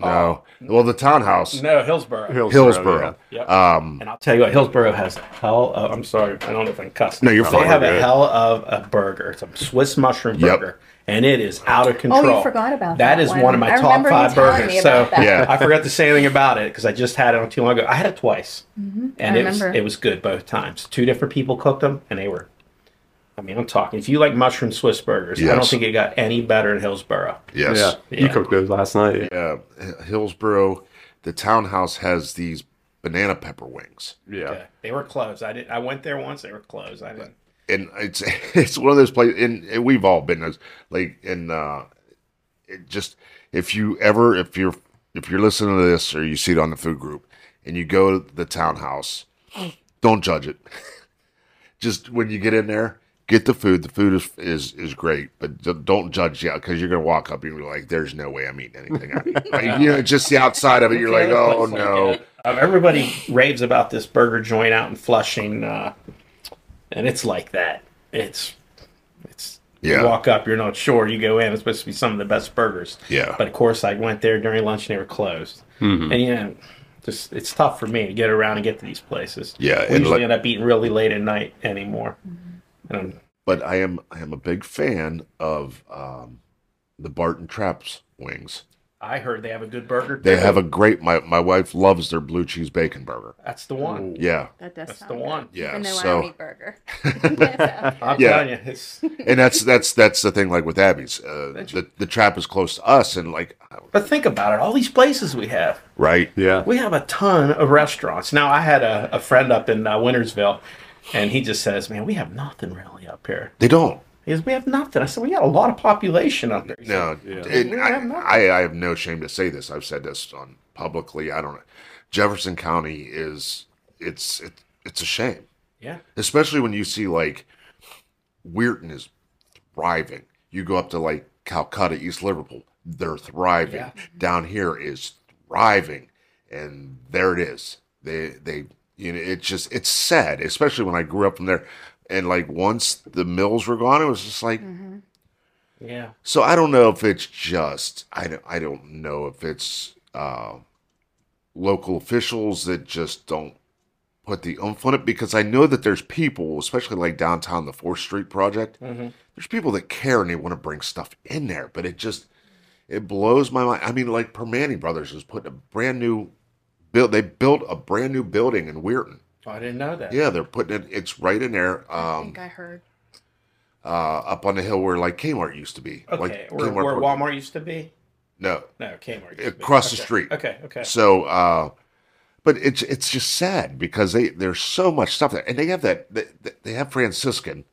No. well, the townhouse no, Hillsborough. Hillsboro. yeah. Yep. Um and I'll tell you what, Hillsboro has a hell. Of, I'm sorry, I don't know if I can cuss. No, you're They fine. have You're a good. hell of a burger. It's a Swiss mushroom Yep. burger, and it is out of Oh, control. you forgot about that That is one. one of my I top remember you five telling me burgers. about So that. Yeah. I forgot to say anything about it because I just had it not too long ago. I had it twice, and Mm-hmm. I it was, remember. it was good both times. Two different people cooked them, and they were. I mean, I'm talking. If you like mushroom Swiss burgers, I don't Yes. think it got any better in Hillsboro. yes. Yeah. You Yeah. cooked those last night. Yeah. Uh, H- Hillsboro, the townhouse has these banana pepper wings. Yeah. Yeah, They were closed. I did. I went there once. They were closed. I didn't. and it's it's one of those places and, and we've all been those like and uh it just if you ever if you're if you're listening to this or you see it on the food group and you go to the townhouse don't judge it just when you get in there get the food the food is is, is great but d- don't judge yet because you're gonna walk up and you're like there's no way i'm eating anything out of it." like, you know just the outside of it you're like Yeah, oh place like no that. Uh, everybody raves about this burger joint out in Flushing, uh, and it's like that. It's it's Yeah. you walk up, you're not sure. You go in, it's supposed to be some of the best burgers. Yeah. But of course, I went there during lunch and they were closed. Mm-hmm. And you know, just it's tough for me to get around and get to these places. Yeah, We and usually like- end up eating really late at night anymore. And I'm, but I am I am a big fan of um, the Barton Traps wings. I heard they have a good burger. They have a great my my wife loves their blue cheese bacon burger. That's the one. Yeah. That does That's sound the good, one. Yeah, Even though I so- don't eat burger. I'm Yeah. telling you, it's And that's that's that's the thing like with Abby's. Uh, the the trap is close to us and like but think about it. All these places we have. right? Yeah. We have a ton of restaurants. Now, I had a, a friend up in uh, Wintersville, and he just says, Man, we have nothing really up here. They don't. He goes, We have nothing. I said, We got a lot of population up there. He said, No. We And don't have nothing. I, I I have no shame to say this. I've said this on publicly. I don't know. Jefferson County is it's it, it's a shame. Yeah. especially when you see like Weirton is thriving. You go up to like Calcutta, East Liverpool, they're thriving. Yeah. Down here is thriving, and there it is. They they you know it's just it's sad, especially when I grew up from there. And like once the mills were gone, it was just like Yeah. so. I don't know if it's just I don't I don't um, know if it's uh, local officials that just don't put the oomph on it because I know that there's people, especially like downtown, the Fourth Street project. mm-hmm." There's people that care and they want to bring stuff in there, but it just it blows my mind. I mean, like Permani Brothers was putting a brand new build. They built a brand new building in Weirton. Oh, I didn't know that. Yeah, they're putting it. It's right in there, I um, think I heard. uh, up on the hill where like Kmart used to be. Okay, like where, where Walmart used to be? No, No, Kmart. Used to be. across Okay. the street. Okay, okay. So, uh, but it's it's just sad because they there's so much stuff there, and they have that they, they have Franciscan,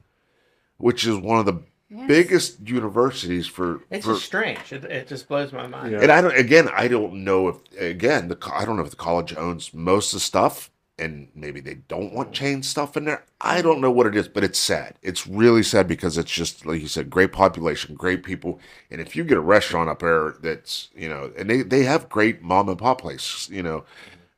which is one of the Yes. biggest universities for. It's for just strange. It, it just blows my mind. Yeah. and I don't again I don't know if again the co- I don't know if the college owns most of the stuff, and maybe they don't want chain stuff in there. I don't know what it is, but it's sad. It's really sad because it's just like you said, great population, great people, and if you get a restaurant up there that's you know, and they they have great mom and pop places, you know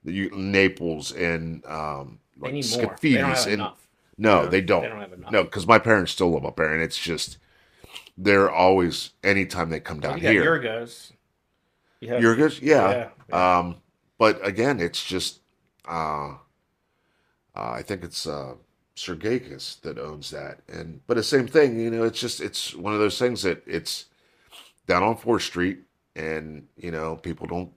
you, Naples and um, They like need more. They don't Scafidi's have and enough. no, Yeah. they don't. They don't have enough. No, because my parents still live up there, and it's just they're always anytime they come Well, down you got here. Yorgos. You have- You're good, yeah. Yeah, yeah. Um, but again, it's just uh, uh, I think it's uh, Sergakis that owns that, and but the same thing, you know. It's just it's one of those things that it's down on Fourth Street, and you know people don't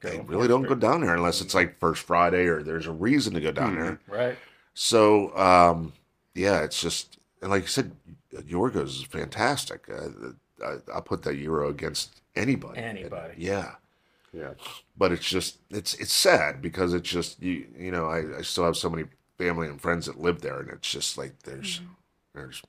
Go they on really Fourth don't go Street. Mm-hmm. down there unless it's like first Friday or there's a reason to go down there. Right. So, um, yeah, it's just, and like you said, Yorgos is fantastic. Uh, I, I'll put that euro against anybody. Anybody. yeah. Yeah. But it's just, it's, it's sad because it's just, you, you know, I, I still have so many family and friends that live there and it's just like, there's, Mm-hmm. there's,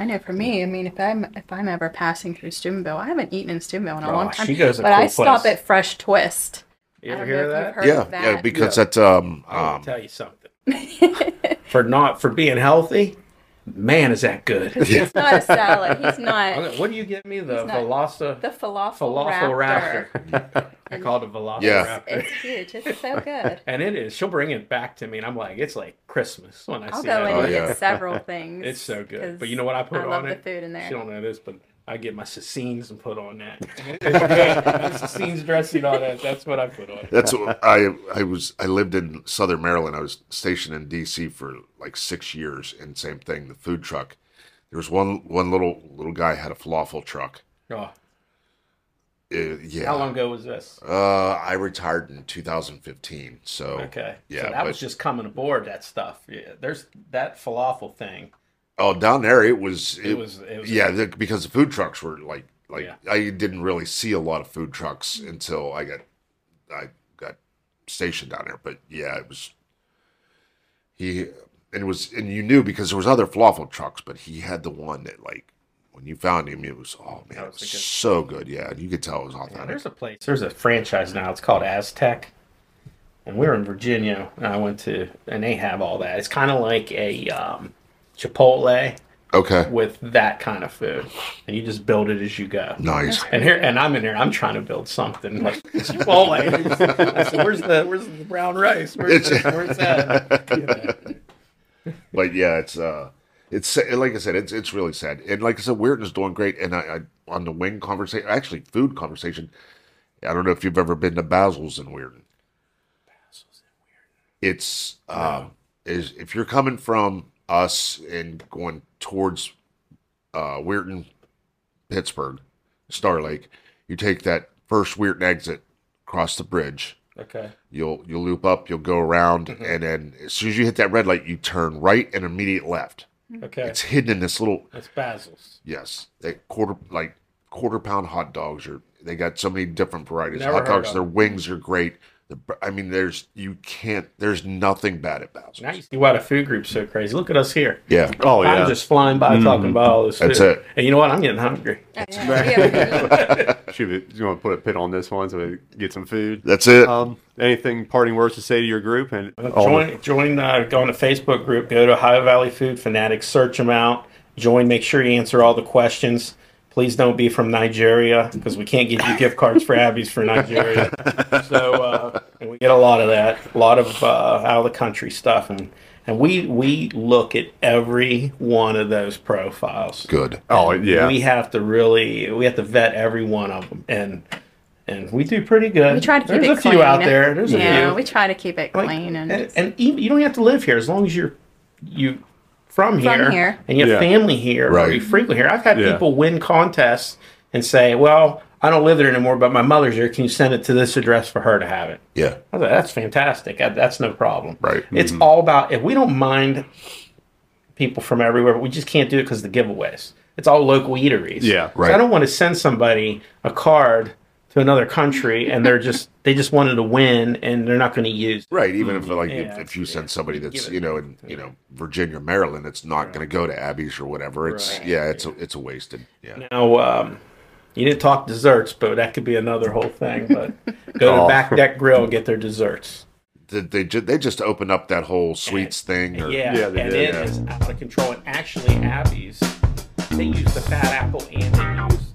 I know for me, I mean, if I'm if I'm ever passing through Steubenville, I haven't eaten in Steubenville in a Oh, long time. she goes to but I cool stop place. at Fresh Twist. You I ever don't know hear if that? you've heard yeah, of yeah, that. because that's, um, I'll um, tell you something. for not for being healthy, man, is that good. He's not a salad. He's not Okay, What do you get me? The He's not- Veloci the falafel, Falafel raptor. Raptor. I call it a Velociraptor. Yeah. It's huge. It's so good. And it is. She'll bring it back to me, and I'm like, it's like Christmas when I I'll see go that. in and Oh, yeah. get several things. It's so good. 'cause But you know what I put I on love it? the food in there. She don't know this, but I get my Cecines and put on that. Cecines dressing on that. That's what I put on. it. That's what I I was I lived in Southern Maryland. I was stationed in D.C. for like six years, and same thing. The food truck. There was one one little little guy had a falafel truck. Oh, Uh, yeah. How long ago was this? Uh, I retired in 2015. So Okay. Oh, Yeah, so that was but- just coming aboard that stuff. Yeah. There's that falafel thing. oh, down there it was It was- it was- yeah the, because the food trucks were like like Yeah. I didn't really see a lot of food trucks until I got I got stationed down there. But yeah, it was he and it was and you knew because there was other falafel trucks, but he had the one that like when you found him, it was oh man, That it was was a good- so good. Yeah, and you could tell it was Yeah, authentic. there's a place. There's a franchise now. It's called Aztec, and we were in Virginia. And I went to, and they have all that. It's kind of like a um, Chipotle okay, with that kind of food, and you just build it as you go. nice. And here, and I'm in here. I'm trying to build something like Chipotle. I said, where's the where's the brown rice? Where's, the, where's that? Yeah. But yeah, it's uh, it's like I said, it's it's really sad. And like I said, Weirton's doing great. And I, I on the wing conversation, actually food conversation. I don't know if you've ever been to Basil's in Weirton. It's um, is if you're coming from us and going towards uh, Weirton, Pittsburgh, Star Lake, you take that first Weirton exit across the bridge Okay. you'll you'll loop up, you'll go around, Mm-hmm. and then as soon as you hit that red light, you turn right and immediate left. Okay. It's hidden in this little That's Basil's. yes, that quarter like quarter pound hot dogs are they got so many different varieties. Never hot heard dogs, of their them. wings are great. The, br- I mean, there's you can't there's nothing bad at Basil's. Now you see why the food group's so crazy. Look at us here. Yeah. Oh yeah. I'm just flying by talking about all this. That's food. it. And you know what? I'm getting hungry. Oh, yeah. We haven't eaten. Shoot, it. you want to put a pin on this one so we get some food. That's it. Um, anything parting words to say to your group and all the- Join, join, uh, go on a Facebook group, go to Ohio Valley Food Fanatics, search them out, join, make sure you answer all the questions. Please don't be from Nigeria because we can't give you gift cards for Abby's for Nigeria. So uh, and we get a lot of that, a lot of uh, out of the country stuff, and and we we look at every one of those profiles Good. oh yeah. we have to really we have to vet every one of them and and we do pretty good. We try to keep There's it a clean. few out there. There's yeah, a few. we try to keep it Like, clean and, and, and even, you don't have to live here as long as you're you from here, here. and you have Yeah. family here or Right. you frequent here. I've had Yeah. people win contests and say, "Well, I don't live there anymore, but my mother's here. Can you send it to this address for her to have it?" Yeah. I was like, that's fantastic. That- That's no problem. Right. It's all about if we don't mind people from everywhere, but we just can't do it because the giveaways. It's all local eateries. Yeah. So Right. I don't want to send somebody a card to another country and they're just they just wanted to win and they're not going to use. it. Right. Even if like Mm-hmm. Yeah, if, if you yeah. send somebody Give that's it- you know in you know Virginia, Maryland, it's not going to go to Abby's or whatever. It's Right. yeah, it's a, it's a wasted. Yeah. Now, um, you didn't talk desserts, but that could be another whole thing. But go to Oh. Back Deck Grill and get their desserts. Did they ju- they just opened up that whole sweets thing. Or, Yeah, Yeah, and they it did, is yeah. out of control. And actually, Abby's, they use uh, the fat apple and they use